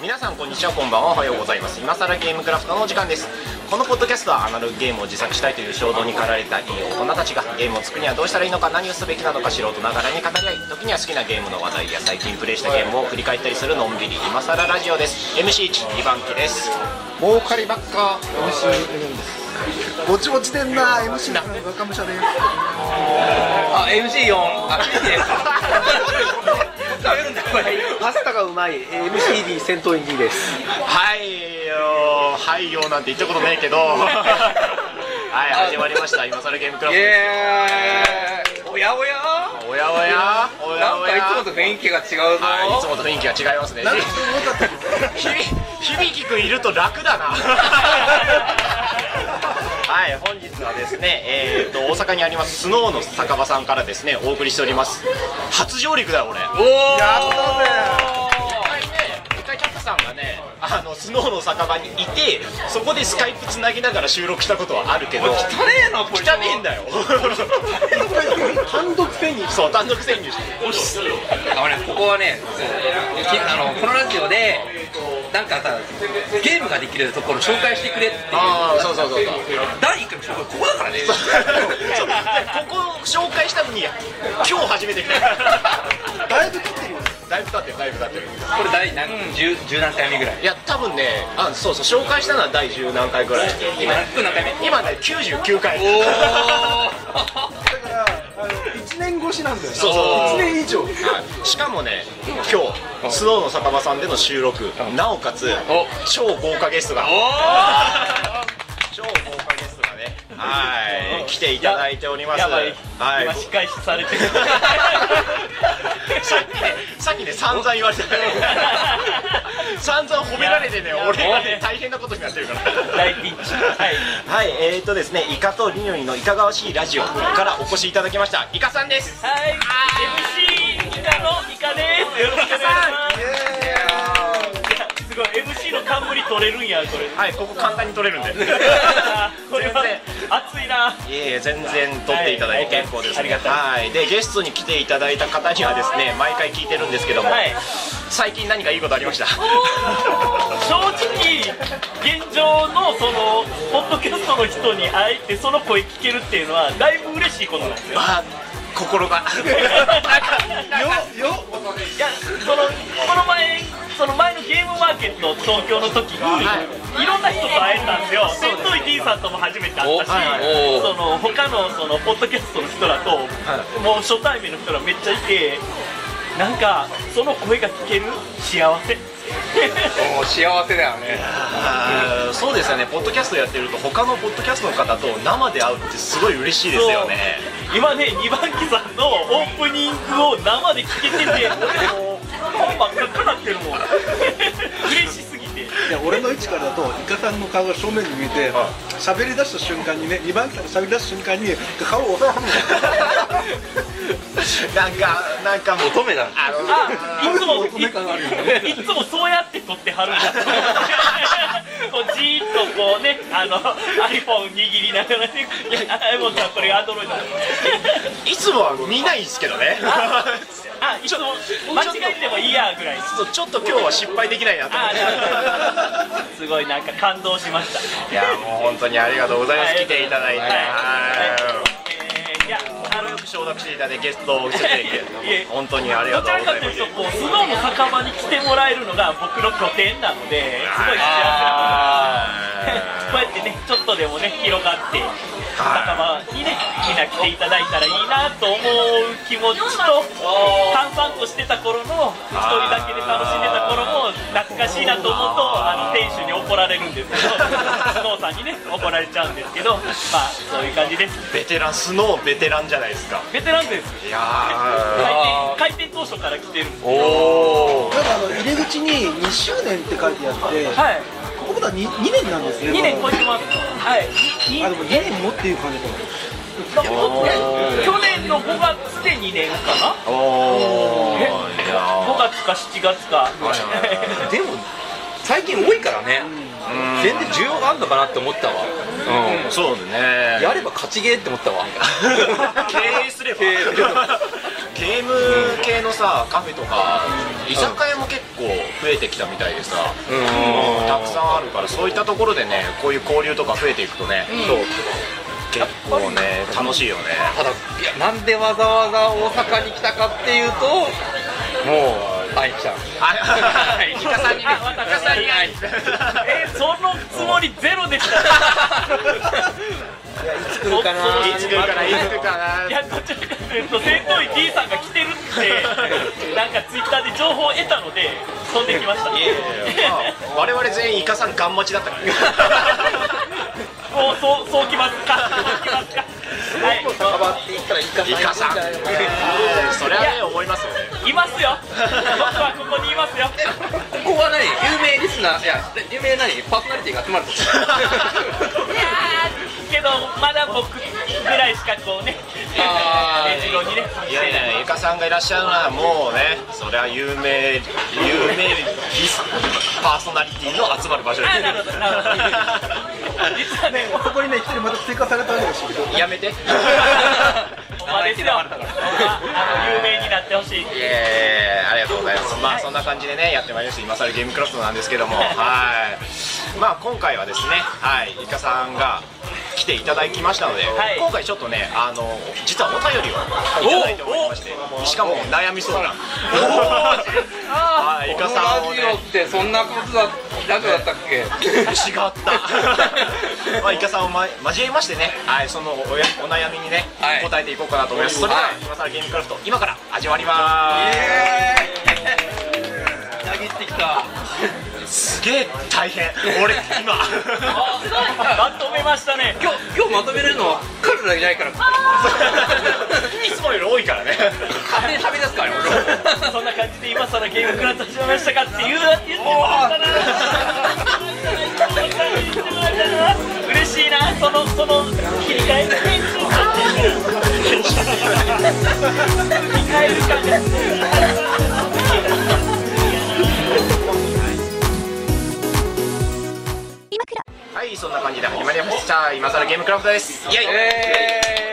皆さんこんにちはこんばんはおはようございます今更ゲームクラフトのお時間ですこのポッドキャストはアナログゲームを自作したいという衝動に駆られたいい大人たちがゲームを作るにはどうしたらいいのか何をすべきなのか素人ながらに語り合い時には好きなゲームの話題や最近プレイしたゲームを振り返ったりするのんびり今更ラジオです MC12 番機です儲かりばっか MC ですぼちぼちでんな MC な若武者ですあ、MC4 あ、いいです食べるんだこれパスタがうまい MCD 戦闘員 D ですはいよはいよなんて言ったことね えけどはい始まりました今更ゲームクライフトでエーイおやおやすおやおやおやなんおかいやつもと雰囲気が違うぞはい、いつもと雰囲気が違いますね。ひび、響きくんいると楽 だな。はい、本日はですね、えー、と大阪にありますスノーの酒場さんからですねお送りしております。初上陸だよ俺。おー一回ね、一回キャップさんがね、あのスノーの酒場にいて、そこでスカイプつなぎながら収録したことはあるけど、汚汚ねえなこれねえん だよ。単独戦にそう単独潜入して。あのねここはねきあのこのラジオでなんかさゲームができるところ紹介してくれっていうああ、そうそうそうそう。第1回の紹介ここだからねそうここ紹介したのに今日初めて来ただいぶ切ってるよだいぶ経ってるだいぶ経ってるこれ第何十十何回目ぐらいいや多分ねあそうそう紹介したのは第十何回ぐらい今何回目今ね99回お だーからあの1年越しなんだよそうそう1年以上 しかもね今日スノーの酒場さんでの収録なおかつお超豪華ゲストがお超豪華ゲストがねはい来ていただいておりますやばいはい今仕返しされてるさっきね、さっきね、散々言われてたよ。散々褒められてね、俺がね、大変なことになってるから。大ピンチはいはい、えーとですね、イカとリニョリのいかがわしいラジオからお越しいただきました。イカさんです。はい MC イカのイカですよろしくお願いしますすごい MC の冠取れるんやこれはい、ここ簡単に取れるんで。これは熱いな いえいえ全然撮っていただいてはい結構ですありねがたいはいでゲストに来ていただいた方にはですね毎回聞いてるんですけども、はい最近何かいいことありました正直現状のそのポッドキャストの人に会えてその声聞けるっていうのはだいぶ嬉しいことなんですよあ心 がよよいやそのこの前その前のゲームマーケット東京の時に、い、ろんな人と会えたんですよ戦闘員 D さんとも初めて会ったし、おはいはいその他のそのポッドキャストの人らと、もう初対面の人らめっちゃいてなんかその声が聞ける幸せもう幸せだよねあーそうですよねポッドキャストやってると他のポッドキャストの方と生で会うってすごい嬉しいですよね 今ね2番機さんのオープニングを生で聞けてて俺もう本番かかってる もん嬉しすぎていや俺の位置からだとイカさんの顔が正面に見えて喋り出した瞬間にね2番機さんが喋り出した瞬間に顔 を押さなんかなんかもう乙女だあのあ、いつも、乙女感あるよいつもそうやって撮ってはるんだ。こうじーっとこうね、あの、iPhone 握りながらね、あ、もうさ、これアドロイド。いつもは見ないんですけど ねあ、いつも、間違えてもいいやぐらい。そうちょっと今日は失敗できないなと思っあ、てなるほどすごいなんか感動しました。 いやもう本当にありがとうございますはい来ていただいてはいえーいや、あの、よく承諾していただいてゲストを出演いただいいえいえて本当にありがどとちらうござかいまというすと、こう、スノーの酒場に来てもらえるのが僕の拠点なので、すごい幸せな ことこうやってね、ちょっとでもね、広がって、仲間にね、みんな来ていただいたらいいなと思う気持ちと、淡々としてた頃の、一人だけで楽しんでた頃も、懐かしいなと思うと、あの店主に怒られるんですけど、ス ノーさんにね、怒られちゃうんですけど、まあ、そういう感じです。ベテランスノーベテランじゃないですかベテランです。いやあ開店開店当初から来てるんです。おおなんかあの入り口に2周年って書いてあって、はい。ここだ 2, 2年なんですね2年ま超えてます。はい。ににだあでも2年もっていう感じかな去年の5月で2年かなおおいや5月か7月かー でも最近多いからねー全然需要があるのかなって思ったわうんそうだね やれば勝ちゲーって思ったわ経営すれば経営すればゲーム系のさカフェとか居酒屋も結構増えてきたみたいでさ、うんたくさんあるからそういったところでねこういう交流とか増えていくとね、結構ね楽しいよねただいやなんでわざわざ大阪に来たかっていうともう会いに来たあイカさんにねあまたイカさんに会いにえー、そのつもりゼロでした来るかなーいつ来るかないつ来るかいなやどちらかというと戦闘員 D さんが来てるってなんかツイッターで情報を得たので飛んできましたいやいやいやまあ我々全員イカさんガン待ちだったからねもうそうそうきますかそうきますかはい変わっていったらイカイカ さんさんいるんじゃないかなそれはね思いますよねいますよ僕はここにいますよここは何有名リスナーいや有名何パーソナリティが集まるとこいやーけどまだ僕ぐらいしかこうねあー レジロにねいやいや、イカさんがいらっしゃるのはもうね、それは有名、有名リスパーソナリティの集まる場所であなるほどなるほど実はねここにね、一人また追加されたんですけど、 す。やめて。いお前ですよあの有名になってほしいやいやいやありがとうございます。まあそんな感じでね、やってまいりました。今更ゲームクラフトなんですけども、はい。まあ今回はですね、はい、イカさんが来ていただきましたので、はい今回ちょっとね、あの実はお便りをいただいておりまして、しかも悩み相談。 はい、イカのさんをねラジオってそんなことだ楽だったっけ違ったまあイカさんを、ま、交えましてね、はい、そのおお悩みにね、はい答えていこうかなと思いますそれでは、はい今更ゲームクラフト今から始まりまなぎってきたすすげえ大変俺今まとめましたね今日今日まとめれるのは彼らいないから いつもより多いからね勝手にはみ出すからね俺そんな感じで今更ゲームクラス始めましたかって言う言ってもらったな 嬉しいなそのその切り替えの編集感切り替える感がはいそんな感じで始まりました今更ゲームクラフトですイエイ、えー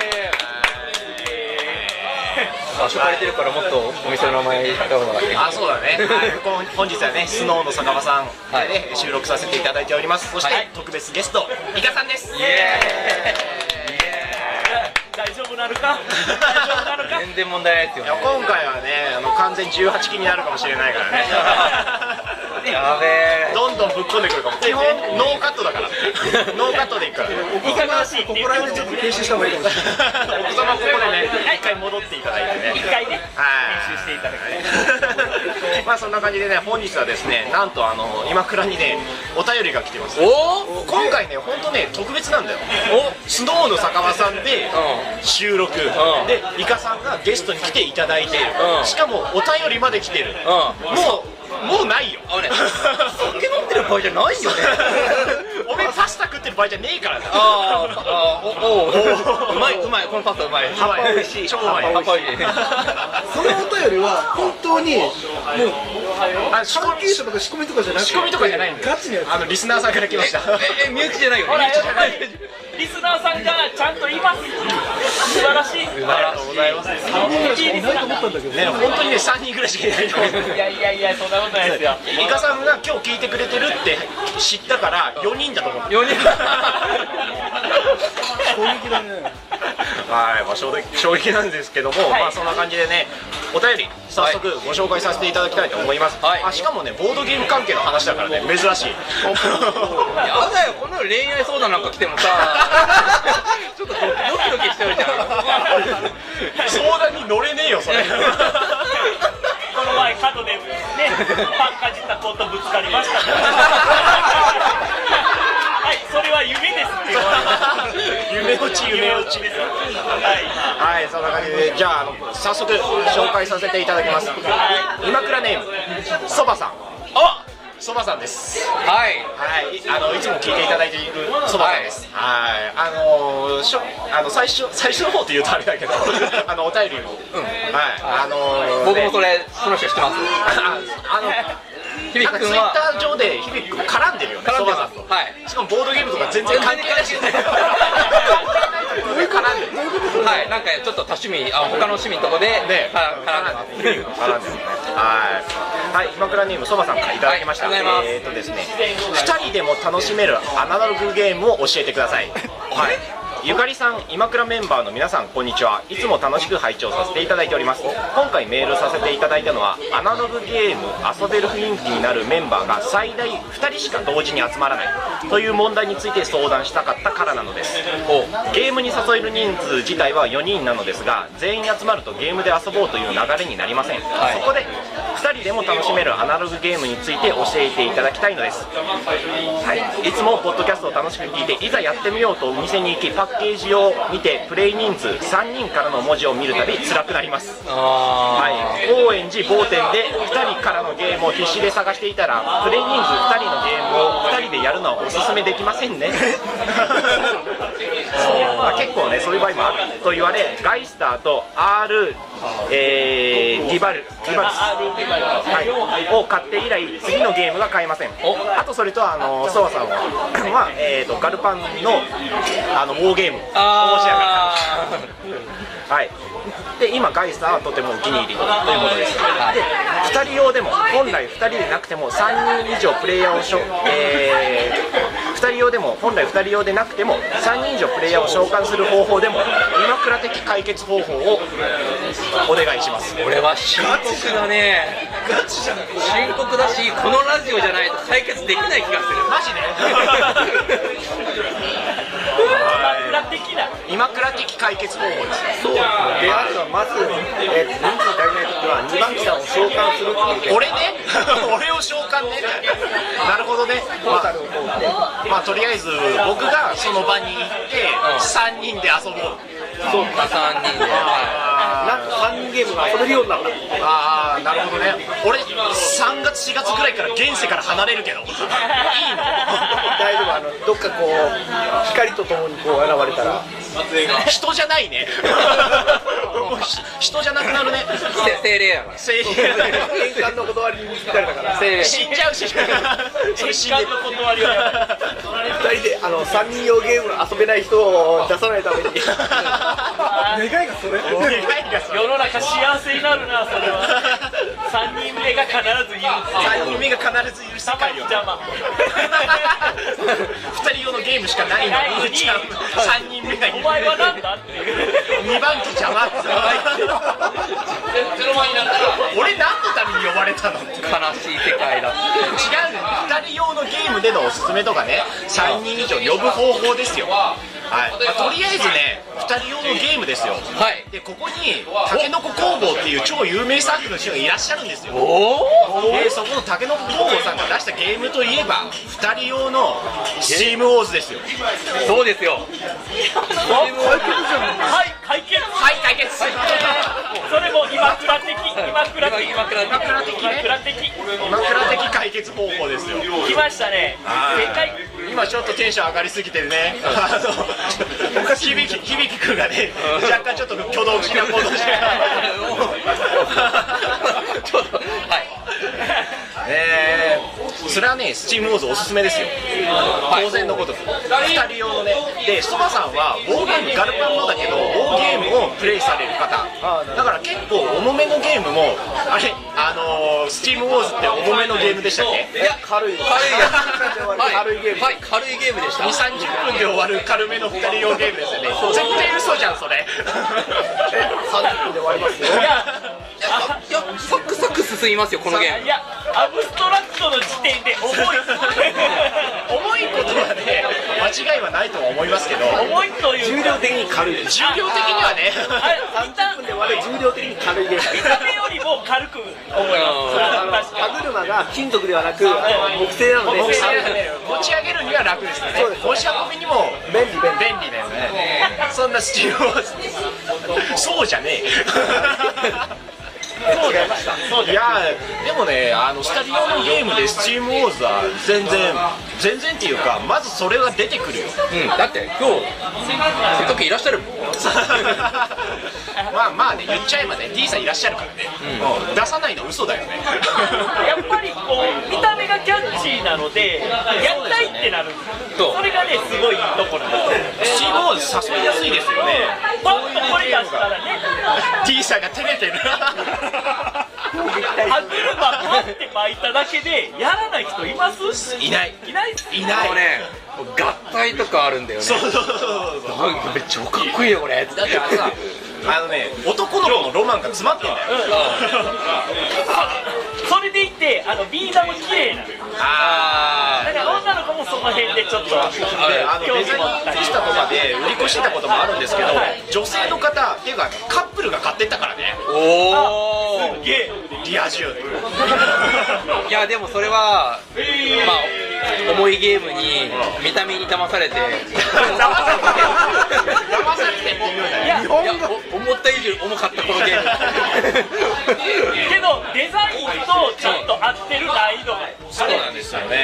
場所借りてるからもっとお店の名前言った方がいいあそうだね、はいこん本日はねスノーの酒場さんで、ね収録させていただいておりますそして、はい特別ゲストイカさんですイエ大丈夫なのか大丈夫なのーかイ全然問題ないですいやよね今回はねあの完全18禁になるかもしれないからね やべえどんどんぶっこんでくるかも基本ノーカットだからノーカットでいくからここら辺、ここら辺でちょっと停止した方がいいかもしれない。 奥様ここでね一回戻っていただいてね一回ねはい編集していただく まあそんな感じでね本日はですねなんとあの今倉にねお便りが来てますおお今回ね本当ね特別なんだよスノーの酒場さんでう収録、んでイカさんがゲストに来ていただいて、うんしかもお便りまで来てる、うもうもうないよ あれ酒飲んでる場合じゃないよねおめえパスタ食ってる場合じゃねえからなあーあーおおおーうまいうまいこのパスタうまいハワイ美味しい超ハワイパパイそのお便りは、本当に、もう、あ仕関込係者とか仕込みとかじゃなくて、仕込みとかじゃないんだガよチのやつ。あのリスナーさんから来ましたええ身内じゃないよねほらや身内じゃっぱないりリスナーさんがちゃんといます素晴らしい素晴らしい3人ぐらいしかいないと思ったんだけど、ね本当にね3人ぐらいしかいないと思ういやいやいやそんなことないですよイカさんが今日聞いてくれてるって知ったから4人だと思って4人攻撃だね。はい、まあ、衝撃衝撃なんですけども、いまあそんな感じでねお便り早速ご紹介させていただきたいと思います、はいあしかもねボードゲーム関係の話だからね珍しいやだよこんなの恋愛相談なんか来てもさちょっとドキドキしちゃうじゃん相談に乗れねえよそれこの前角でねパンかじった子とぶつかりましたはいそれは夢ですって言われた夢落ち夢落ちですはいはいそんな感じでじゃああの早速紹介させていただきます今倉ネームそばさんあそばさんですはいはい、あのいつも聞いていただいているそばさんです。はい、あのーしょあの最初最初の方って言うとあれだけど、あのお便りも、はい、あのー僕もそねれその人知ってますああの響なんかく君ツイッはター上で響く絡んでるよね、絡そんでばさまんすと。はいしかもボードゲームとか全然関係ないし。全然関係ないで絡んでるはい、なんかちょっと多趣味、あ他の趣味のとこで、ねは絡んでます。絡んでるねはいはい今倉ネームそばさんからいただきました、はいありがとうござえいっ、とですね2人でも楽しめるアナログゲームを教えてくださいはいゆかりさん、今倉メンバーの皆さん、こんにちは。いつも楽しく拝聴させていただいております。今回メールさせていただいたのは、アナログゲーム、遊べる雰囲気になるメンバーが最大2人しか同時に集まらないという問題について相談したかったからなのです。ゲームに誘える人数自体は4人なのですが、全員集まるとゲームで遊ぼうという流れになりません。はいそこで、2人でも楽しめるアナログゲームについて教えていただきたいのです。はい、いつもポッドキャストを楽しく聞いていざやってみようとお店に行きパッケージを見てプレイ人数3人からの文字を見るたび辛くなりますあはい、高円寺某店で2人からのゲームを必死で探していたらプレイ人数2人のゲームを2人でやるのはおすすめできませんねそうまあ結構ねそういう場合もあると言われガイスターと R、えー、ディバルディバルスはい、を買って以来、次のゲームが買えません、あとそれと、あのソワさんは、まあえーとガルパンのあのウォーゲーム、面白かーあーった、はい、で今、ガイスターはとてもお気に入りということです、で2人用でも、本来2人でなくても、3人以上プレイヤーをしょ、え2人用でも、本来2人用でなくても、3人以上プレイヤーを召喚する方法でも、今倉的解決方法をお願いします。俺は深刻だね深刻だしこのラジオじゃないと解決できない気がするマジ で裏的な今倉的解決方法ですそうであとはまず、えー、人数足りない時は2番機さんを召喚するっていう俺ね 俺を召喚ねなるほどねまあ、まあ、とりあえず僕がその場に行ってん3人で遊ぼうそうか3人でなんと3人ゲームが遊べるようになったああなるほどね俺3月4月ぐらいから現世から離れるけどいいの大丈夫あのどっかこう光とともにこう現れたら人じゃない ねもうひ人じゃなくな るねせ精霊やから声優玄関の断りにぴったりだから精霊死んじゃうしそれ死ん でる玄関の断りはや2人であの3人用ゲームの遊べない人を出さないために願いがそれ願いがそれ世の中幸せになるなそれは3人目が必ずいる3人目が必ずいる世たま界 によ邪魔2人用のゲームしかないのに3人目がいるお前はなんだって2番機邪 魔っつ俺何のために呼ばれたのって違う悲しい世界だ2人用のゲームでのおすすめとかね3人以上呼ぶ方法ですよはい、まあとりあえずね2人用のゲームですよはいでここにたけのこ工房っていう超有名サークルの人がいらっしゃるんですよおおでそこのたけのこ工房さんが出したゲームといえば2人用のスチームウォーズですよそうですよはい解決はい解決それも今倉的今倉的今倉的今倉的今倉的今から的解決方法ですよ来ましたねはい世界今ちょっとテンション上がりすぎてね、あの響き響き君がね、若干ちょっと挙動的な行動してちょっとはいえー、それはね、スチームウォーズおすすめですよ、当然のことく、2人用のね、で、そばさんは、ウォーゲーム、ガルパンもだけど、ウォーゲームをプレイされる方、だから結構、重めのゲームも、あれ、あのー、スチームウォーズって重めのゲームでしたっけいや軽い軽いやつはい軽いゲームはい軽いゲームでした2、30分で終わる軽めの2人用ゲームですよね、絶対嘘じゃん、それ。 30分で終わりますよいやあいやサクサク進みますよこのゲームいやアブストラクトの時点で重い重いことはね、間違いはないとは思いますけど、重いという重量的に軽い重量的にはね、 30分で割る重量的に軽いゲーム見た目よりも軽く思います確かに歯車が金属ではなくあの木製なので持ち上げるには楽ですねそうで、す持ち運びにも便利便便利利だよね、そんなスチームウォーズ、そうじゃねえ。そうだよいやでもねあのスタリオのゲームでスチームウォーズは全然全然っていうかまずそれが出てくるようんだって今日せっかくいらっしゃるもん まあまあね言っちゃえばね D さんいらっしゃる からね、もう出さないの嘘だよねやっぱりこう見た目がキャッチーななので、やりたいってなるんですそうそれがね、すごいところなんですよ。チームを誘いやすいですよね パッとこれ出したらね、 T 社が照れてる歯車パッて巻いただけで、やらない人いま すいないいないっすいないもうね合体とかあるんだよねそうそうそうそうそうあめっちゃかっこいいよこれだってあのさあのね男の子のロマンが詰まってんだよそれでいて、あのビー玉も綺麗なんですあだから女の子もその辺でちょっと、あであの興デ味ザイ持っンたり靴下とかで売り越してたこともあるんですけど女性の方っていうかカップルが買ってったからねおおすっげえ。リア 充いやでもそれはまあ重いゲームに見た目に騙されて騙されてる騙されてって言うなよいやいやお思った以上に重かったこのゲー ムけどデザインとちゃんと合ってる難易度がそうなんですよね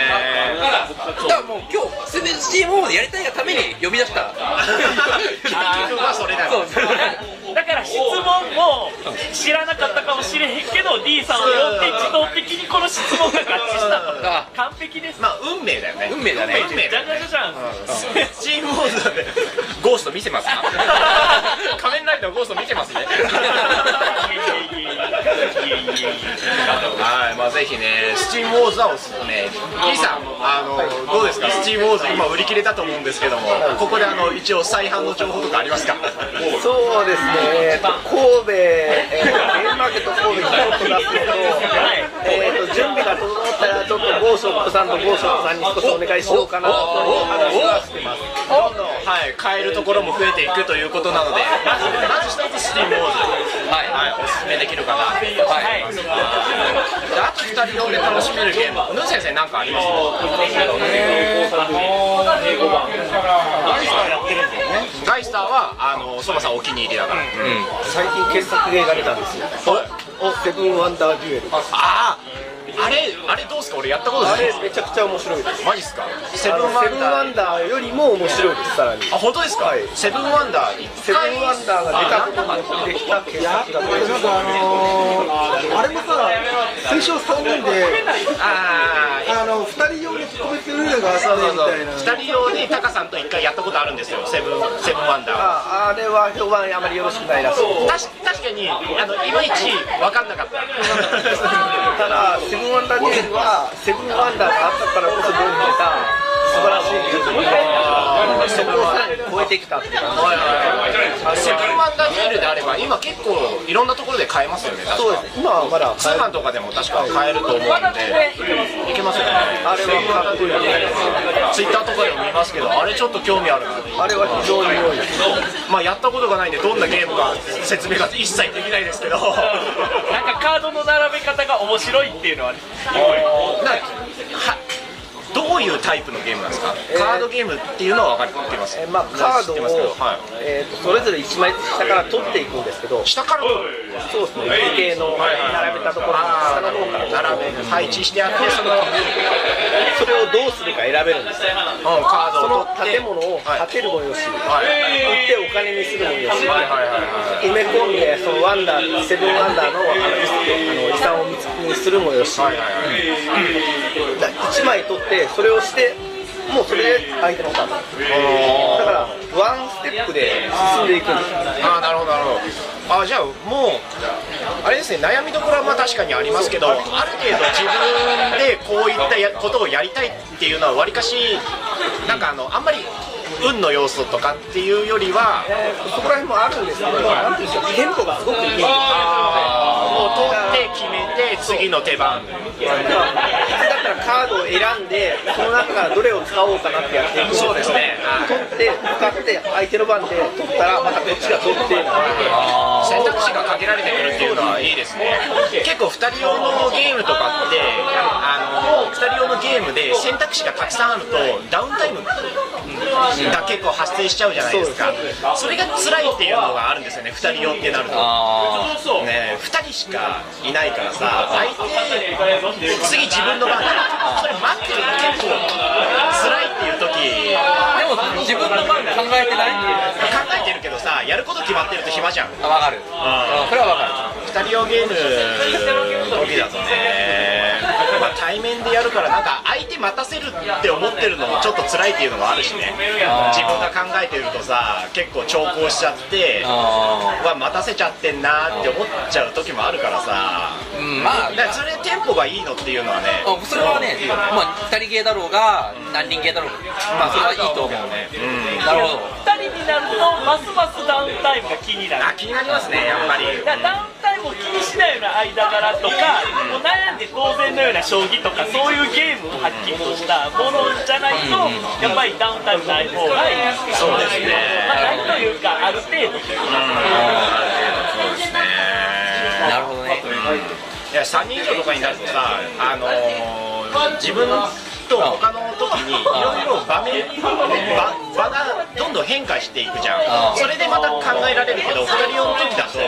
だからもう今日すでにチームをやりたいがために呼び出した君はそれだそうそれだだから質問も知らなかったかもしれへんけど D さんを呼んで自動的にこの質問が合致したとあ完璧ですまあ運命だよね運命だね運命じだゃよじゃじゃじゃチんームモードでゴースト見てますか 仮面ライダーゴースト見てますねいやいやいやいやいやいはい、まあ、ぜひね、スチームウォーズはおすすめ。リーさん、あの、どうですか、スチームウォーズ、今売り切れたと思うんですけども、ここで、あの、一応再販の情報とかありますか。そうですね、えーと神戸、えー、ゲームマーケット神戸京都だけど、えー、と準備が整ったら、ちょっとゴーショップさんとゴーショップさんに少しお願いしようかなという話はしてます。はい、買えるところも増えていくということなので、まず、まず一つスチームウォーズ。はいはい、おすすめできるかな。はい、ではいあと二人用で楽しめるゲーム、ぬ先生、なんかあります。ガイスターは、あの、そばさんお気に入りだから。最近傑作映画見たんですよ。おセブンワンダーデュエル。ああ、あれ、あれどうですか、俺やったことなあいれめちゃくちゃ面白いです。マジっすかセあブンのワセンブンダワーンダーよりも面白いです。さらに。あ本当ですか、はいセブンワンダーセブンワンダーが出たことによってできた傑作だと思います。なんかあのー、あれもさ、推奨されるんで、あーあの二人用に特別ルールがあってそうそうみそうたいな。二人用にタカさんと一回やったことあるんですよセブンセブンワンダーはああれは評判あまりよろしくないらしい。確確かにあのいまいち分かんなかったただ、セブンワンダーデュエルは、セブンワンダーがあったからこそ、どうにか素晴らしい技術みたいな、そこをさらに超えてきたって感じ。はいはいはいセブンワンダーデュエルであれば今結構いろんなところで買えますよね確そうかですね、今はまだ、通販とかでも確か買えると思うんでいけますよねあれはかっこいい。ツイッターとかでも見ますけどあれちょっと興味あるなあれは非常に良いです。まあやったことがないんでどんなゲームか説明が一切できないですけどなんかカードの並べ方が面白いっていうのはねなはどういうタイプのゲームなんですか、えーカードゲームっていうのは分かってますえまあ、カード知ってを、ますけど、はえーとそれぞれ1枚ずつ下から取っていくんですけどい、、下からそうですね、図形の並べたところの下の方から、並べ配置してあってその、うん、それをどうするか選べるんですよ。カーそドをの取って建物を建てるもよし、はいはい売ってお金にするもよし、はいはいはい埋め込んでそのワンダーセブンワンダーのあの遺産を見つにするもよしはいはいはい1枚取ってそれをしてもうそれで相手のカードだからワンステップで進んでいくんですよああなるほどなるほどあーじゃあもうあれですね悩みどころはまあ確かにありますけどある程度自分でこういったやことをやりたいっていうのはわりかしなんかあのあんまり運の要素とかっていうよりはそこら辺もあるんですけどなんていうんでしょうテンポがすごくもいいう取って決めて次の手番だったらカードを選んでその中からどれを使おうかなってやっていくそうですね取って使って相手の番で取ったらまたこっちが取って選択肢が限られてくるっていうのはいいですね 結構2人用のゲームとかってあの2人用のゲームで選択肢がたくさんあるとダウンタイムが結構発生しちゃうじゃないですかそれが辛いっていうのがあるんですよね2人用ってなるとあね2人しかいないからさ相手次自分の番それ待ってるの結構辛いっていう時あでも自分の番考えてない考えてるけどさやること決まってると暇じゃんあわかる、うんそれはわかるタリオゲームの時だとね、まあ、対面でやるからなんか相手待たせるって思ってるのもちょっと辛いっていうのもあるしねあー自分が考えてるとさ結構長考しちゃってあうわ待たせちゃってんなーって思っちゃう時もあるからさーうんまあだからそれテンポがいいのっていうのはねあそれはね、まあ、2人系だろうが何人系だろうがまあそれはいいと思うね、うんなるほど2人になるとますますダウンタイムが気になある気になりますねやっぱりだからダウンタイムを気にしないような間柄とか、もう悩んで当然のような将棋とかそういうゲームをはっきりとしたものじゃないと、やっぱりダウンタイムない方がいいそうですねまあ、ないというかある程度そうですねなるほどねいや3人以上とかになるとさ、あのー自分と他の時にいろいろ場面場場がどんどん変化していくじゃんそれでまた考えられるけど2人用の時だとそ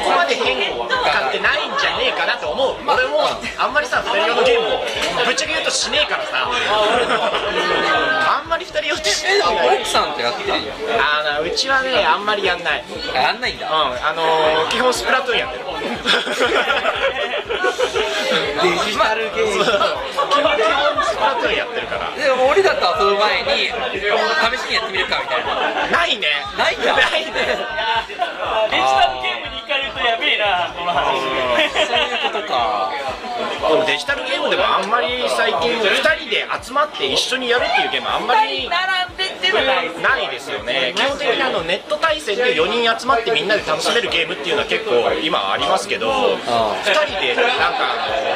こまで変化ってないんじゃねえかなと思う俺もあんまりさ2人用のゲームをぶっちゃけ言うとしねえからさあんまり2人用ってしえでもない奥さんとやってるんやあのうちはねあんまりやんないあやんないんうん、だあのー基本スプラトゥーンやってる。デジタルゲーそムう基本基本スプラトゥーンやってるから。でも俺だったらその前に試しにやってみるかみたいなないね。ないかないね。デジタルゲームに行かれるとやべえなこの話そうい うことかでもデジタルゲームでもあんまり最近2人で集まって一緒にやるっていうゲームあんまり並んでっていうのはないないですよね基本的にあのネット対戦で4人集まってみんなで楽しめるゲームっていうのは結構今ありますけど2人でなんか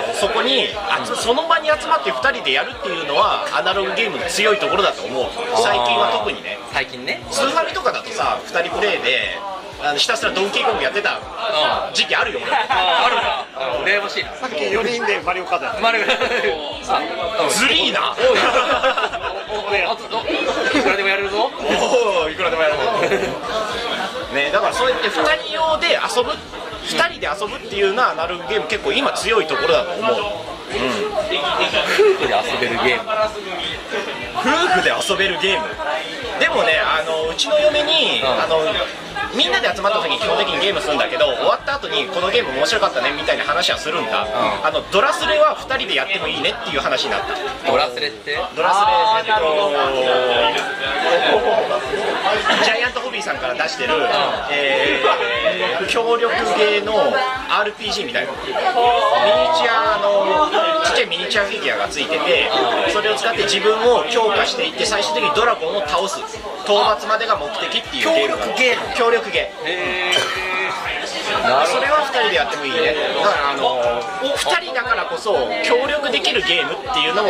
あのそこにあつその場に集まって2人でやるっていうのはアナログゲームの強いところだと思う最近は特にね最近ねスーファミとかだとさ2人プレイであのひたすらドンキーコングやってたうんあ時期あるよ俺ああるな羨ましいなさっき4人でマリオカードやったまるあずりーなおあとおいくらでもやれるぞおおいくらでもやろう ねだからそうやって2人用で遊ぶ2人で遊ぶっていうのはアナログゲーム結構今強いところだと思う夫婦で遊べるゲーム夫婦で遊べるゲームでもねあのうちの嫁に、んあのみんなで集まった時に基本的にゲームするんだけど終わった後にこのゲーム面白かったねみたいな話はするんだ、あのドラスレは2人でやってもいいねっていう話になったドラスレってドラスレえっとジャイアントホビーさんから出してる、えー協力系の RPG みたいなミニチュアのちっちゃいミニチュアフィギュアがついててそれを使って自分を強化していって最終的にドラゴンを倒す討伐までが目的っていうゲームなの協力ゲーム協力ゲーへーまなあるほそどれは2人でやってもいいねだからあの2人だからこそ協力できるゲームっていうのも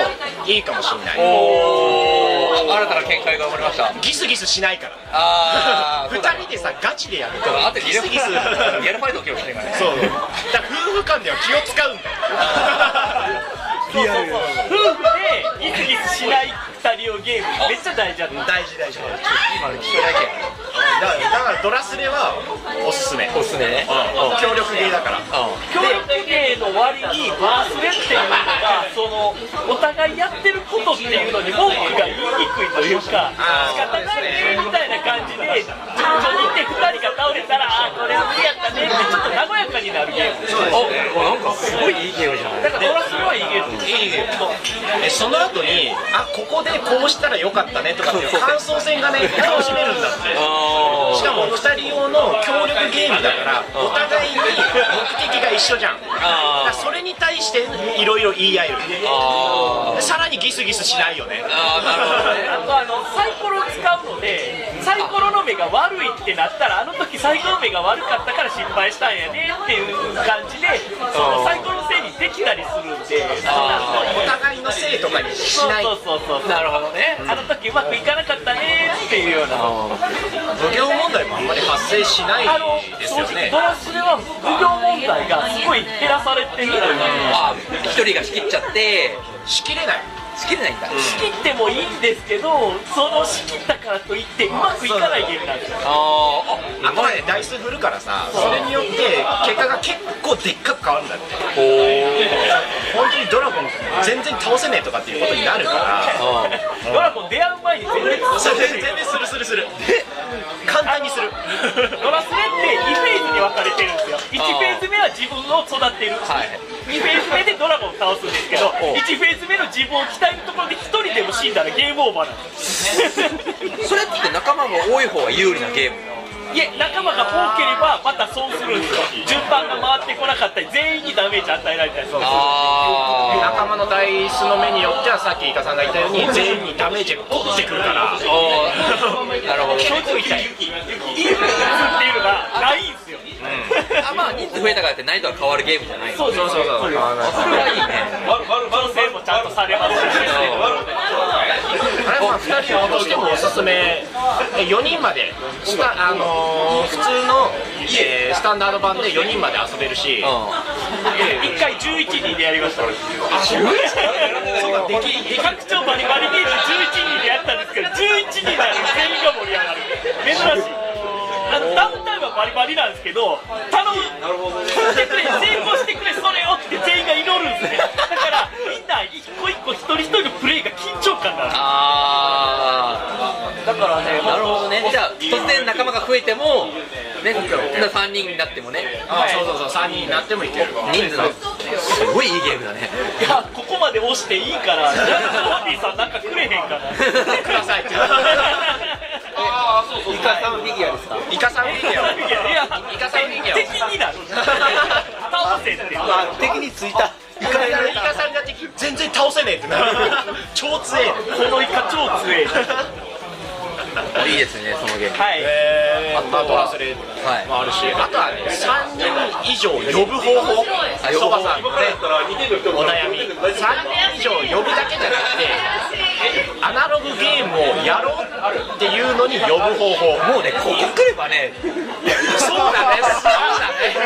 いいかもしれないおー新たな見解が生まれましたギスギスしないからあー2人でさガチでやるとあとリギアスルギスそうだリアルファイトを起きるかもしれないからねから夫婦間では気を使うんだよリアルよ夫婦でギスギスしない2人をゲームめっちゃ大事だった大事大事だか今の貴重な意らだからドラスレはおすすめ見おすすめね協力芸だからう協力芸の割に忘れっていうのがそのお互いやってることっていうのに文句が言いにくいというかあー仕方ないねみたいな感じで順調にいって2人が倒れたらあーこれは無理やったねってちょっと和やかになるゲームんおなんかすごいいいゲームじゃないだから俺はすごいいいゲームいいねえその後にあここでこうしたらよかったねとかっていう感想戦 がね楽しめるんだってあしかも2人用の協力ゲームだからお互いに目的が一緒じゃんだからそれに対していろいろ言い合えるあでさらにギスギスしないよねあーなるほどねあとあのサイコロを使うのでサイコロの目が悪いってなったらあの時サイコロ目が悪かったから失敗したんやねっていう感じでそのサイコロのせいにできたりするんでそんなのお互いのせいとかにしないそうそうそうそうなるほどねあの時うまくいかなかったねっていうような無料問題もあんまり発生しないあのです正よ直ねドラスでは副業問題がすごい減らされてるというかあ一人が仕切っちゃってしきれない仕切れないんだ仕切ってもいいんですけどその仕切ったからといってうまくいかないゲームなんですよあーああとでダイス振るからさそれによって結果が結構でっかく変わるんだってお本当にドラゴン全然倒せねえとかっていうことになるからドラゴン出会う前に全然それ全然するするする簡単にするドラスレって2ページに分かれてるんですよ1ページ自分を育てる、はい2フェーズ目でドラゴンを倒すんですけどお1フェーズ目の自分を鍛えるところで1人でも死んだらゲームオーバーなんですそよ れって仲間が多い方が有利なゲームいや仲間が多ければまた損するんですよ順番が回ってこなかったり全員にダメージ与えられたりするあ仲間のダイスの目によってはさっきイカさんが言ったように全員にダメージが落ちてくるからあなるほど結構痛いいい人数っていうのがないんですよ、 あまあ人数増えたからって難易度は変わるゲームじゃないそうそうそうそうあそれはいいね調整もちゃんとされますしあれまあ2人としてもおすすめ4人までスタ、あのー普通の、えースタンダード版で4人まで遊べるし一回11人でやりました俺そうだできで拡張バリバリゲーム11人でやったんですけど11人なのに全員が盛り上がる珍しいあのダウンタイムはバリバリなんですけど頼むやってくれ成功してくれそれをって全員が祈るんですねだからみんな一個一個一人一人のプレイが緊張感があるああだからねなるほどねじゃあ突然仲間が増えてもね3人になってもねあそうそうそう3人になってもいける人数のすごいいいゲームだねいやここまで押していいからジャズホッピーさんなんかくれへんかなくださいってイカさんフィギュアですかイカさんいいよいやイカさんにいけよ敵になる倒せってあ敵についたイカさんが敵全然倒せねえってなる超強えこのイカ超強いいいですねそのゲームはいえー、あとはそれはいもあるし、あとはね、3人以上呼ぶ方法、あそ呼ぶば方法さん、ね、お悩み、3人以上呼ぶだけじゃなくて、アナログゲームをやろうっていうのに呼ぶ方法、もうねここ来ればねそうだね、そうだね。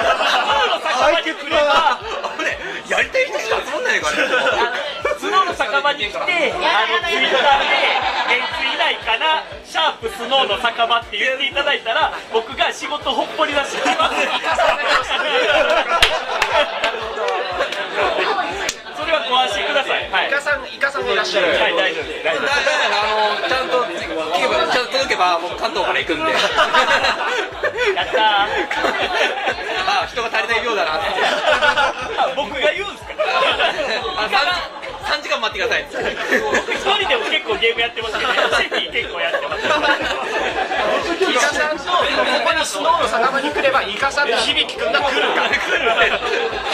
解決はあれやりたい人しか集まんないのかねスノーの酒場に来て、あのツイッターで、現地いないかな、シャープスノーの酒場って言っていただいたら、僕が仕事ほっぽり出してき ます。それはご安心ください。はいイ。カさん、イカさんがいらっしゃる。はい、大丈夫です。大丈夫だですからあのちゃんと聞けばちゃんと届けば僕関東から行くんでやったーあ人が足りないようだなってあ 僕が言うんですかあ 3, 時間待ってください僕一人でも結構ゲームやってますけど、シェフィー結構やってます。イカさんと、ここにスノーの酒場に来れば、イカさんと響くんが来るから。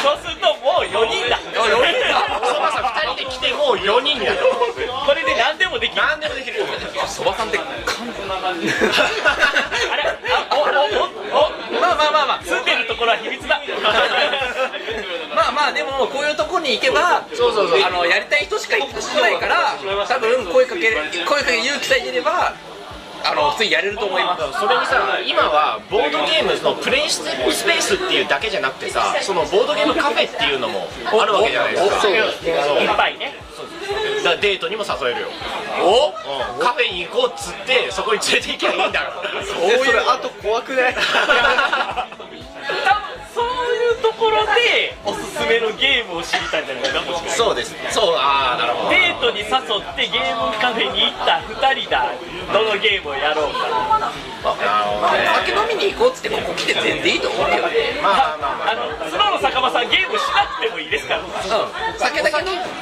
そうするともう4人だ。あ四人だそばさん2人で来てもう4人になる。これで何でもできる。何でもできる。あそばさんって関東あれあおおおおまあまあまあまあ住んでるところは秘密だ。 まあまあでもこういうとこに行けばあのやりたい人しか行かないから多分声かけ声かけ勇気さえ出ればあの普通にやれると思いますそれにさ今はボードゲームのプレイスペースっていうだけじゃなくてさそのボードゲームカフェっていうのもあるわけじゃないですかそういっぱいね。だからデートにも誘えるよお、うんカフェに行こうっつってそこに連れて行きゃいいんだろおいれあと怖くない多分そういうところでおすすめのゲームを知りたいんじゃないかなもしかして。そうですそうああなるほどデートに誘ってゲームカフェに行った2人だどのゲームをやろうかなるほどね酒飲みに行こうっつってここ来て全然いいと思うよねまあまあまああのスノーの酒場さんゲームしなくてもいいですからうん酒だけ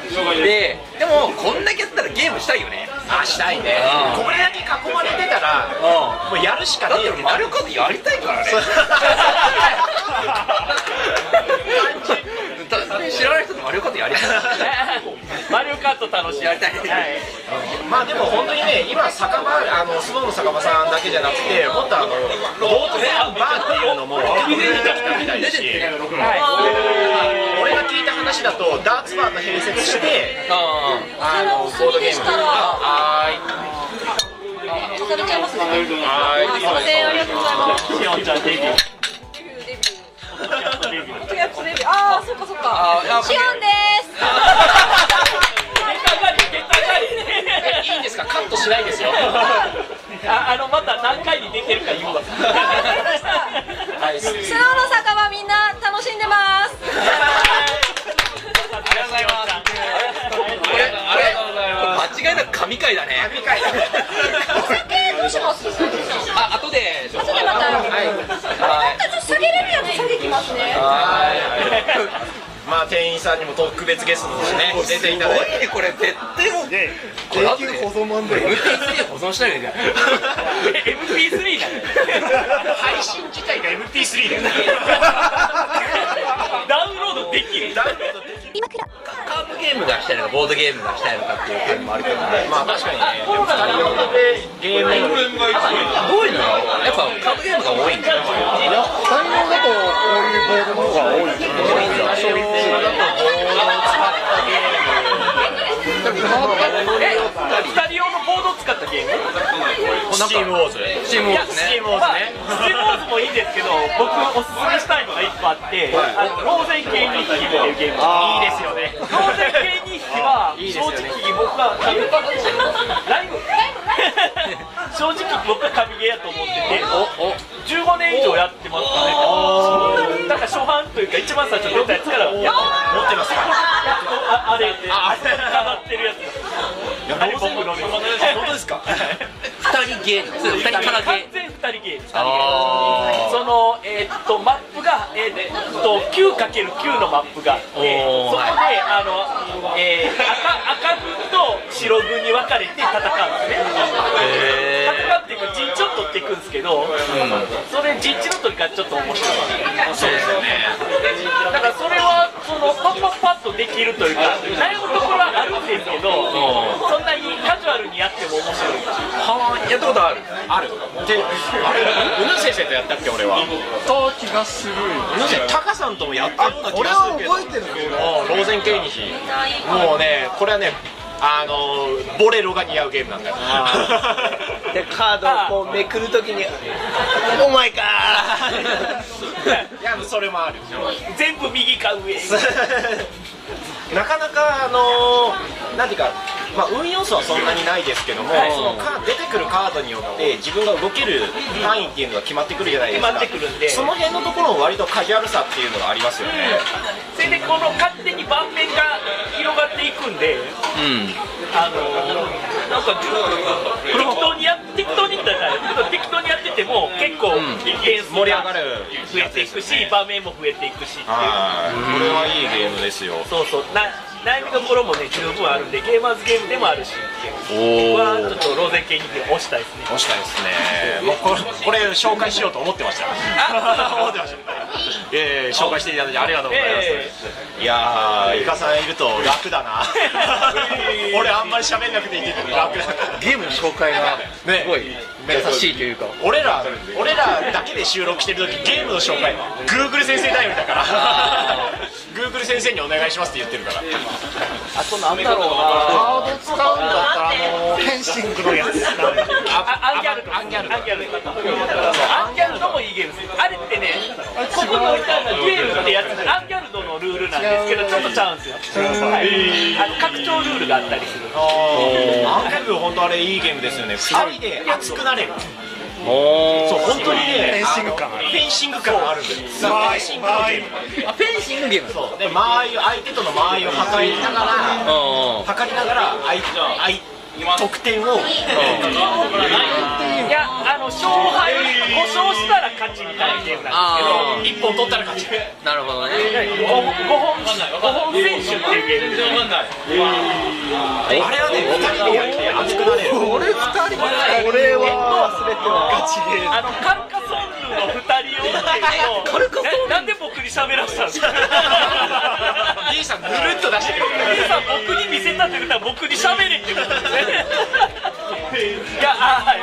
飲んででもこんだけやったらゲームしたいよねまああしたいねうんこれだけ囲まれてたらうんだもうやるしかねっえてよ俺マリオカートやりたい からねだ知らない人とマリオカートやりたい マリオカート楽しいやりたいはいまあでも本当にね今酒場あのスノーの酒場さんだけじゃなくてもっとあのボートレアンバーっていうのも結構出てきたみたいだし俺が聞いた話だとダーツバーが併設してああのボードゲームあはされちゃいますね。ーいはーいすいません、ありがとうございます。しおんちゃんデビューとやつねああ、そっかそっあーなんか。かシオンです。いいんですかカットしないです よああのまた何回に出てるか言うわはいすスノーの酒場みんな楽しんでます。ありがとうございますあこれ間違いなく神回だね神回だねお酒飲どうします後であ後でまた、なんかちょっと下げれるやつ下げきますねまあ店員さんにも特別ゲストとしてね出ていただ いてこれ絶対もうこれ永後で久保存版だよ MP3 保存しなきゃいけない MP3 だね配信自体が MP3 だよねダウンロードできるダウンロードできるカードゲームがしたいのかボードゲームがしたいのかっていう感じもあるけどねまあ確かにね2人ほどでゲーム多いのやっぱカードゲームが多いんだよいや才能だとこういうボードの方が多いですね二人用のボードを使ったゲームスチームウォーズチームいをやですスねチームウォーズね、まあ、スチームウォーズもいいんですけど僕おすすめしたいのが一個あって、あのローゼン系2匹っていうゲームいいでいいですすよねローゼン系2匹は正直僕は神ライブ正直僕は神ゲーやと思ってておお15年以上やってますからねだから初版というか一番最初に出たやつからやっ持ってますかああれでああれ飾ってるやついやあれ僕のです本当ですか二人ゲームそう二人からゲー完全2人ゲームあそのえーっとマップがえーっと 9×9 のマップがあってそこでおーあの、えー赤赤軍と白軍に分かれて戦うんですねへー戦っていく陣地を取っていくんですけど、それ陣地の取り方ちょっと面白いそうですよねだからそれはそのパッパッパッとできるというか悩むところはあるんですけどそんなにカジュアルにやっても面白いはあやったことあるあるであれうぬ先生とやったっけ俺はやった気がするうぬ先生タカさんともやったような気俺がはするけど覚えてるけどもうローゼンケイニヒもうねこれはねあのーボレロが似合うゲームなんだよでカードをこうめくるときに「 お前かいやそれもある全部右か上 なかなかあのーなんていうか、まあ、運要素はそんなにないですけども、そのカ出てくるカードによって自分が動ける範囲っていうのが決まってくるじゃないですか決まってくるんでその辺のところも割とカジュアルさっていうのがありますよね、それでこの勝手に盤面が広がっていくんでうんあのーなんか適当にや適当にだから適当にやってても結構んゲーム盛り上がる増えていくし場面も増えていくしっていうはいこれはいいゲームですよそうそうな悩みどころもね十分あるんでゲーマーズゲームでもあるし僕はちょっとローゼン系に押したいですねもしかですねもうこれこれ紹介しようと思ってました思ってました ええ紹介していただきありがとうございます、えいやーイカさんいると楽だな 俺あんまり喋んなくていいけど楽だからゲームの紹介がねすごい優しいというか俺ら俺らだけで収録してる時ゲームの紹介 Google 先生タイムだから Google 先生にお願いしますって言ってるからあとなんだろうなカード使うんだったらあのフェンシングのやつあアンギャルドアンギャルドアンギャルドアンギャルドもいいゲームですあれってねここに置いてあるゲームってやつアンギャルドのルールなんですけどちょっとちゃうんですよ、はいあの拡張ルールがあったりするあー本当あれいいゲームですよね2人で熱くなれるそう本当にねフェンシング感フェンシング感あるんですフェンシングのゲームあフェンシングゲームそうで間合いを相手との間合いを測りながら測りながら相手相得点をいやあの勝敗5勝したら勝ちみたいなゲームなんあ一本取ったら勝ちあなるほどねですけど 5, 本5本選手っていうゲームですあれはね2人でやって熱くなれる俺二人も俺は忘れてるガチであのカルカソンヌの二人をっていうのをななんで僕に喋らせたんですか D さんぬるっと出してくるからさん僕に見せたってことは僕に喋れってことですねいやあはい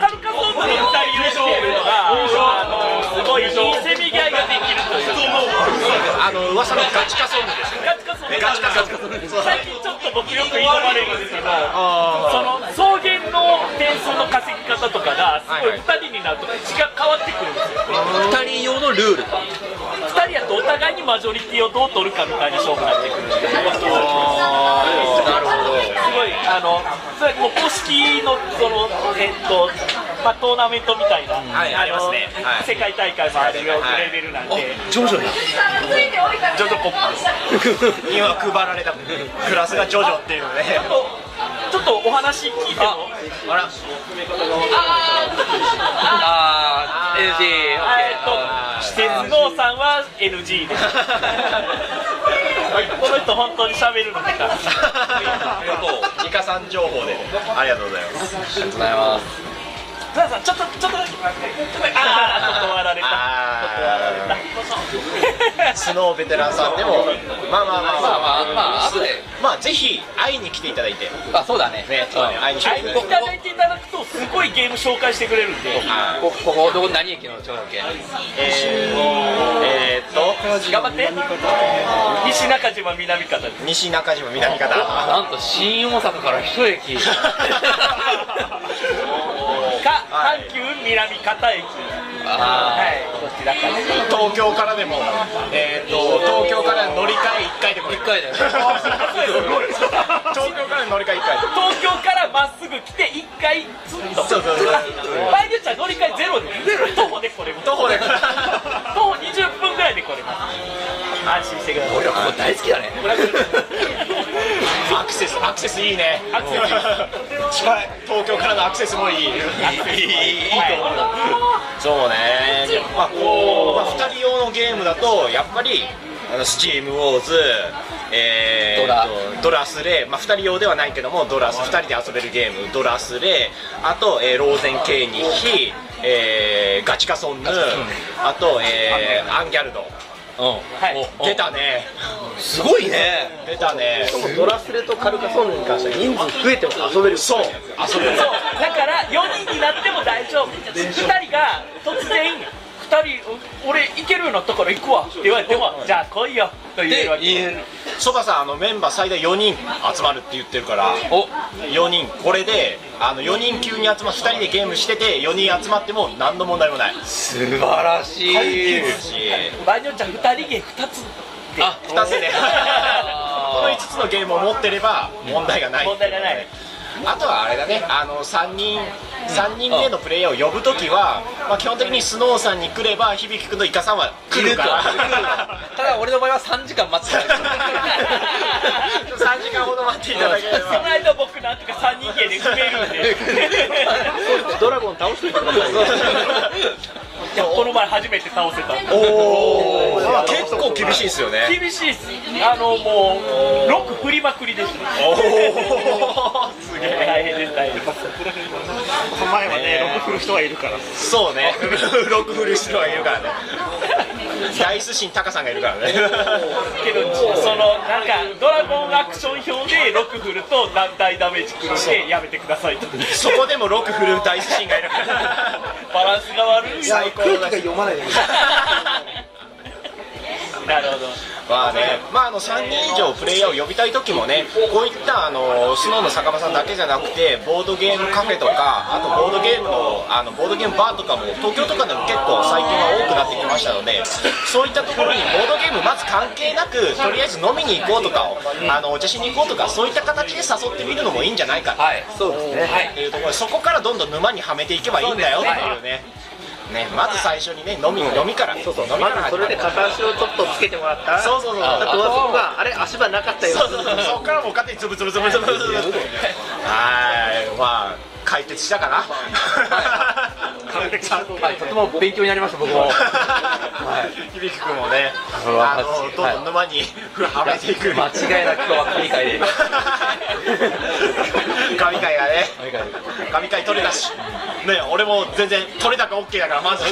カルカソンヌの二人をっていうのがあのすごいいいセミ合いができるというかあの噂のガチ化ソングですよねガチカソンヌガチ化ソング最近ちょっと僕よく言われるんですけどその草原の点数の稼ぎ方とかがすごい二人になると口が変わってくるんですよ二人用のルールだ2人やとお互いにマジョリティをどう取るかみたいな勝負になってくるんですなるほどごいあのそれもう公式のそのえっとまあ、トーナメントみたいな、はいありますねはあのい世界大会もあるようなレベルなんで、徐々に今配られたクラスがジョジョっていうねあとちょっとお話聞いてもあ らあーあー NG えっと OK 施設郷さんは NG ですこの人本当に 喋るの下手イカさん情報でありがとうございますありがとうございますさあさあちょっとちょっとだけちょっとだけあーちょっと終わられたあ ースノーベテランさんでもまあまあまあまあまあまあまあ後でまあぜひ会いに来ていただいてあそうだねねうん会いに来て会いいただいてに来ていただいていただくとすごいゲーム紹介してくれるんであこここどこ何駅のちょうどだっけーえーえーっと頑張って西中島南方です西中島南方なんと新大阪から一駅かはい阪急南方駅はあいどちらかです東京からでも、えー、と東京から乗り換え1回でも一回 だよね東京から乗り換え1回東京からまっすぐ来て一回ずっとそうそうそう場合によっちゃ乗り換えゼロです徒歩でこれます徒歩 で徒歩20分ぐらいでこれます安心してください俺はここ大好きだねアクセスアクセスいいねアクセスいい一番東京からのアクセスもいいいいいいと思うそうねまあこう、まあ、2人用のゲームだとやっぱりあのスチームウォーズえー、ドラとドラスレ、まあ、2人用ではないけどもドラス2人で遊べるゲームドラスレあと、えー、ローゼンケーニヒ、えー、ガチカソンヌあと、えー、アンギャルドうん出たねすごいね出たねドラスレとカルカソンヌに関しては人数増えても遊べるそう遊べるそうだから4人になっても大丈夫2人が突然2人俺行けるようになったから行くわって言われてもじゃあ来いよと言えるわでけ言えるそばさんあのメンバー最大4人集まるって言ってるからお4人これであの4人急に集まって2人でゲームしてて4人集まっても何の問題もない素晴らしいし場合によっちゃ2人芸2つあ2つであ ーこの5つのゲームを持ってれば問題がない問題がないあとはあれだねあの3人3人目のプレイヤーを呼ぶときは、まあ、基本的にスノーさんに来れば響くんとイカさんは来るからただ俺の場合は3時間待つから3時間ほど待っていただけれそのば間僕なんとか3人芸で埋めるんでドラゴン倒しといてくださいねいやこの前初めて倒せた おお、まあ、結構厳しいですよね厳しいっすあのもうロック振りまくりですおおすげえ大変です大変です前はね、ロック振る人がいるから。そうね ロックフル人がいるからねダイス神タカさんがいるからね けどそのなんかドラゴンアクション表でロック振ると団体ダメージくるんでやめてくださいとそこでもロックフルダイス神がいるからバランスが悪い最高空気だがし読まないでくださいなるほどまあね、まあ、あの3人以上プレイヤーを呼びたい時もねこういったあのスノーの酒場さんだけじゃなくてボードゲームカフェとかあとボードゲームのあのボードゲームバーとかも東京とかでも結構最近は多くなってきましたのでそういったところにボードゲームまず関係なくとりあえず飲みに行こうとかあのお茶しに行こうとかそういった形で誘ってみるのもいいんじゃないかなはいそうですねはいっていうところでそこからどんどん沼にはめていけばいいんだよっていうねねまず最初にね飲み飲みからそうそう飲みまからず始そまれるで片足をちょっとつけてもらったらそうそうそうあとはそこがあれ足場なかったよそうそうそうそこからもう勝手にズブズブズブズブズブはいまあ解決したかな完璧はい、とても勉強になりました僕も響くんもねはあのどんどん沼にはめていく間違いなく今日は神回で神回がね神回で神回取れたしね俺も全然取れ高 OK だからまず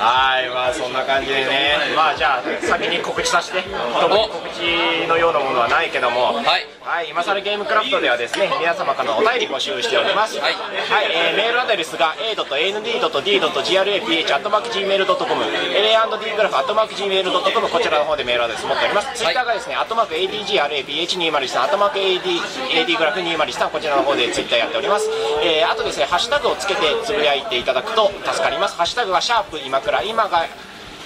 はいまあそんな感じでねまあじゃあ先に告知させて特に告知のようなものはないけどもはいはい、今更ゲームクラフトではですね、皆様からのお便り募集しております。はいえーメールアドレスが a.and.d.graph.gmail.com、la&dgraph.gmail.com、こちらの方でメールアドレス持っております。ツイッターがですね、アットマーク adgraph203、アットマーク adgraph203、こちらの方でツイッターやっております。えーあとですね、ハッシュタグをつけてつぶやいていただくと助かります。ハッシュタグがシャープ今くら、今が、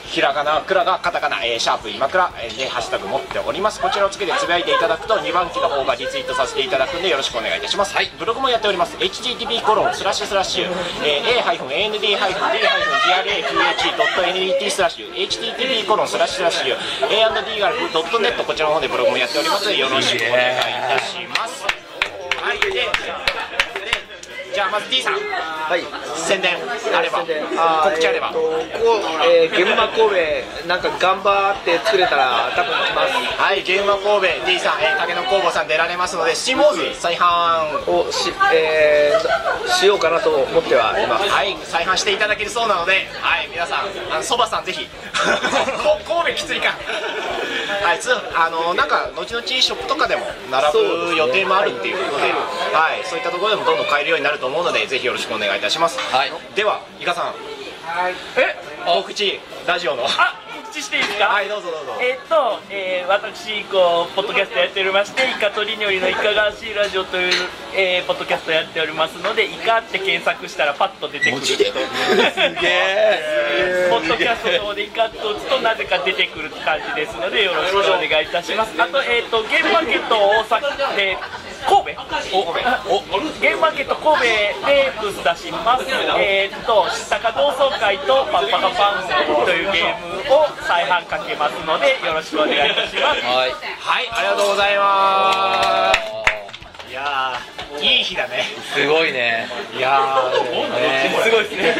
ひらがなくらがカタカナ、えーシャープ今くら、えーでハッシュタグ持っておりますこちらをつけてつぶやいていただくと2番機の方がリツイートさせていただくんでよろしくお願いいたします、はい、ブログもやっております http コロンスラッシュスラッシュ、えー、a-and-d-graqh.net スラッシュ http コロンスラッシュスラッシュ a-and-d-graq.net こちらの方でブログもやっておりますよろしくお願いいたしますはいででじゃあまず D さんはい宣伝あれば宣伝あ告ー知あれば、えーとこうえー、現場神戸なんか頑張って作れたら多分来ますはい、ゲーム神戸 D さん、えー、竹野工房さん出られますので、シモーズ再販。をし,、えーしようかなと思ってはいますはい、再販していただけるそうなので、はい、皆さん、あのそばさんぜひ。 こ神戸きついか。はい、つ、あの、なんか、後々ショップとかでも、並ぶ予定もあるっていうことで。はい、そういったところでも、どんどん買えるようになると思うので、ぜひよろしくお願いいたします。はいでは、イカさん、え告知、ラジオの。はあ告知していいですかい、どうぞどうぞ。えっと、えー私こうポッドキャストやっておりましてイカとりにょりのイカがわしいラジオという、えーポッドキャストやっておりますのでイカって検索したらパッと出てくるすげえポッドキャストの方でイカって打つとなぜか出てくる感じですのでよろしくお願いいたしますあと,、えっとゲームマーケット大阪で神戸ゲームマーケット神戸でブース出します、えーっと知ったか同窓会とパッパカパンというゲームを再販かけますのでよろしくお願いいたしますはいはい、ありがとうございます。いやー、いい日だね。すごいねいやー、ねすごいですね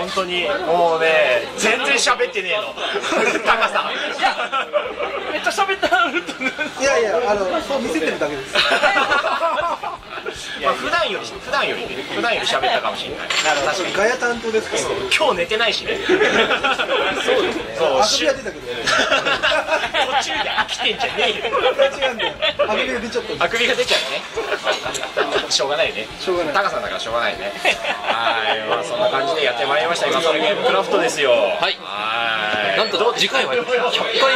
本当にもうね全然喋ってねえの 高さいやめっちゃ喋ったなとねいやいや、あの、そう見せてるだけです。まあ普段より普段よりね普段より喋ったかもしれない確かにガヤ担当ですから。そう今日寝てないしねそうですねそう遊びは出たけど。途中で飽きてんじゃねえよ違うんだよ。遊びが出ちゃったんだあくびが出ちゃうねしょうがないねしょうがない高さんだからしょうがないねはいまあそんな感じでやってまいりました今それゲームクラフトですよはいはいなんと次回は100回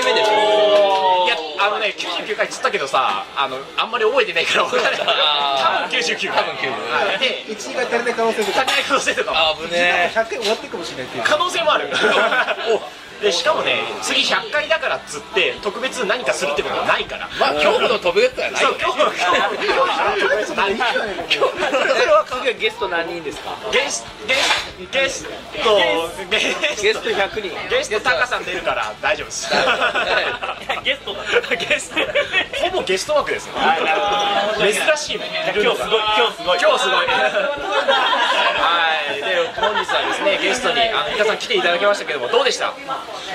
目でしょいやあのね99回っつったけどさあのあんまり覚えてないから分からないあ多分99多回分99はいで1位が足りない可能性と足かり。ない可能性とかもあぶね100回終わってるかもしれないっていう。可能性もある でしかもね次100回だからっつって特別何かするってことはないからえまあ恐怖の飛ぶやつはないそう今日は今日はそれは関係ゲスト何人ですかゲスゲスゲストゲスゲスト100人ゲストタカさん出るから大丈夫ですゲストだゲストほぼゲスト枠ですよ珍しいね今日すごい今日すごい今日すごいはいで本日はですねゲストにあのイカさん来ていただきましたけどもどうでした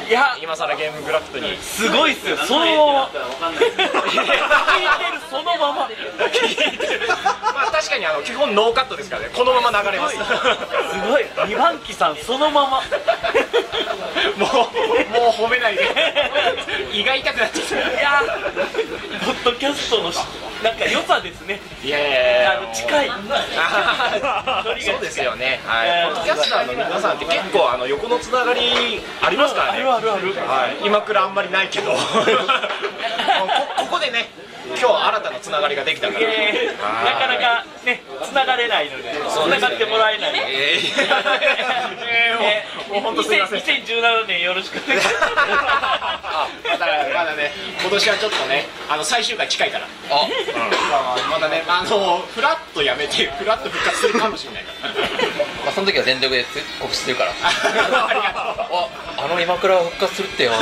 いや今更ゲームグラフトにすごい っすよその聞いてるそのまままあ確かにあの基本ノーカットですからねこのまま流れますすごい二番機さんそのままもうもう褒めないで胃が痛くなっちゃっいやポッドキャストのしなんか良さですねたいやいやいあやの近 いあーそうですよね、はい、ポッドキャスターの皆さんって結構あの横のつながりありますからあねる、あるあるはい、今くらあんまりないけど こここでね今日新たなつながりができたから、えーなかなかね繋がれないのでうですね繋がってもらえないのでえ えー、もうもう本当すみま せん2017年よろしくお願いし あまだまだね今年はちょっとねあの最終回近いからあまだね、まあ、あのフラッとやめてフラッと復活するかもしれないかまあその時は全力で告知するからら ありがとうああの今から復活する ってよ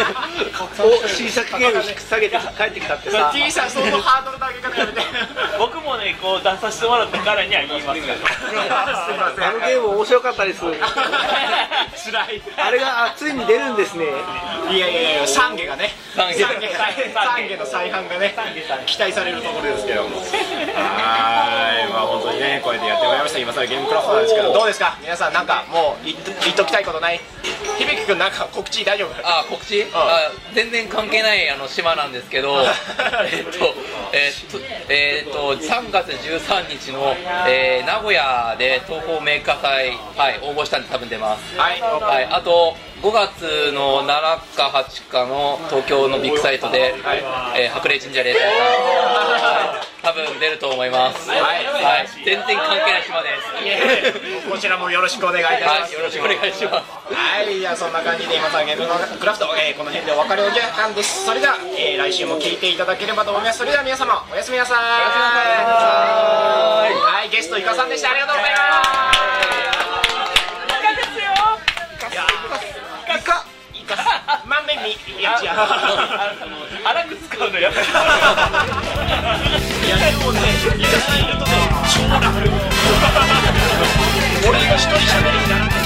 を新作ゲーム引き下げて帰ってきたってまあさ T さんそのハードルの上げ方や めて僕もねこう出させてもらったからには言いますから すいませんあのゲーム面白かったです 辛いあれがあついに出るんですねいやいやいや三下がね三下三三下の再販がね期待されるところですけどもはいまあ本当にねこうやってやってまいりました今更ゲームクラフトなんですけどどうですか皆さんなんかもう言っと言っときたいことない響くんなんか告知大丈夫あ告知あ全然関係ないあの島なんですけどえっとえっと,、えっと3月13日の、えー名古屋で東宝メーカー祭、はい、応募したんで多分出ます、はいはい、あと5月の7か8かの東京のビッグサイトで、えー白麗神社例大祭多分出ると思います、はい全然関係ない島ですこちらもよろしくお願いいたしますはい、よろしくお願いしますはいじゃあそんな感じで今さゲームのクラフト、えーこの辺でお別れの時間ですそれでは、えー来週も聞いていただければと思いますそれでは皆様おやすみなさいはいゲストいかさんでしたありがとうございますいかですよいかまんべんにいや違う 荒く使うのやめていやでもね、いやいるとね、そうなる。俺が一人喋るにならない。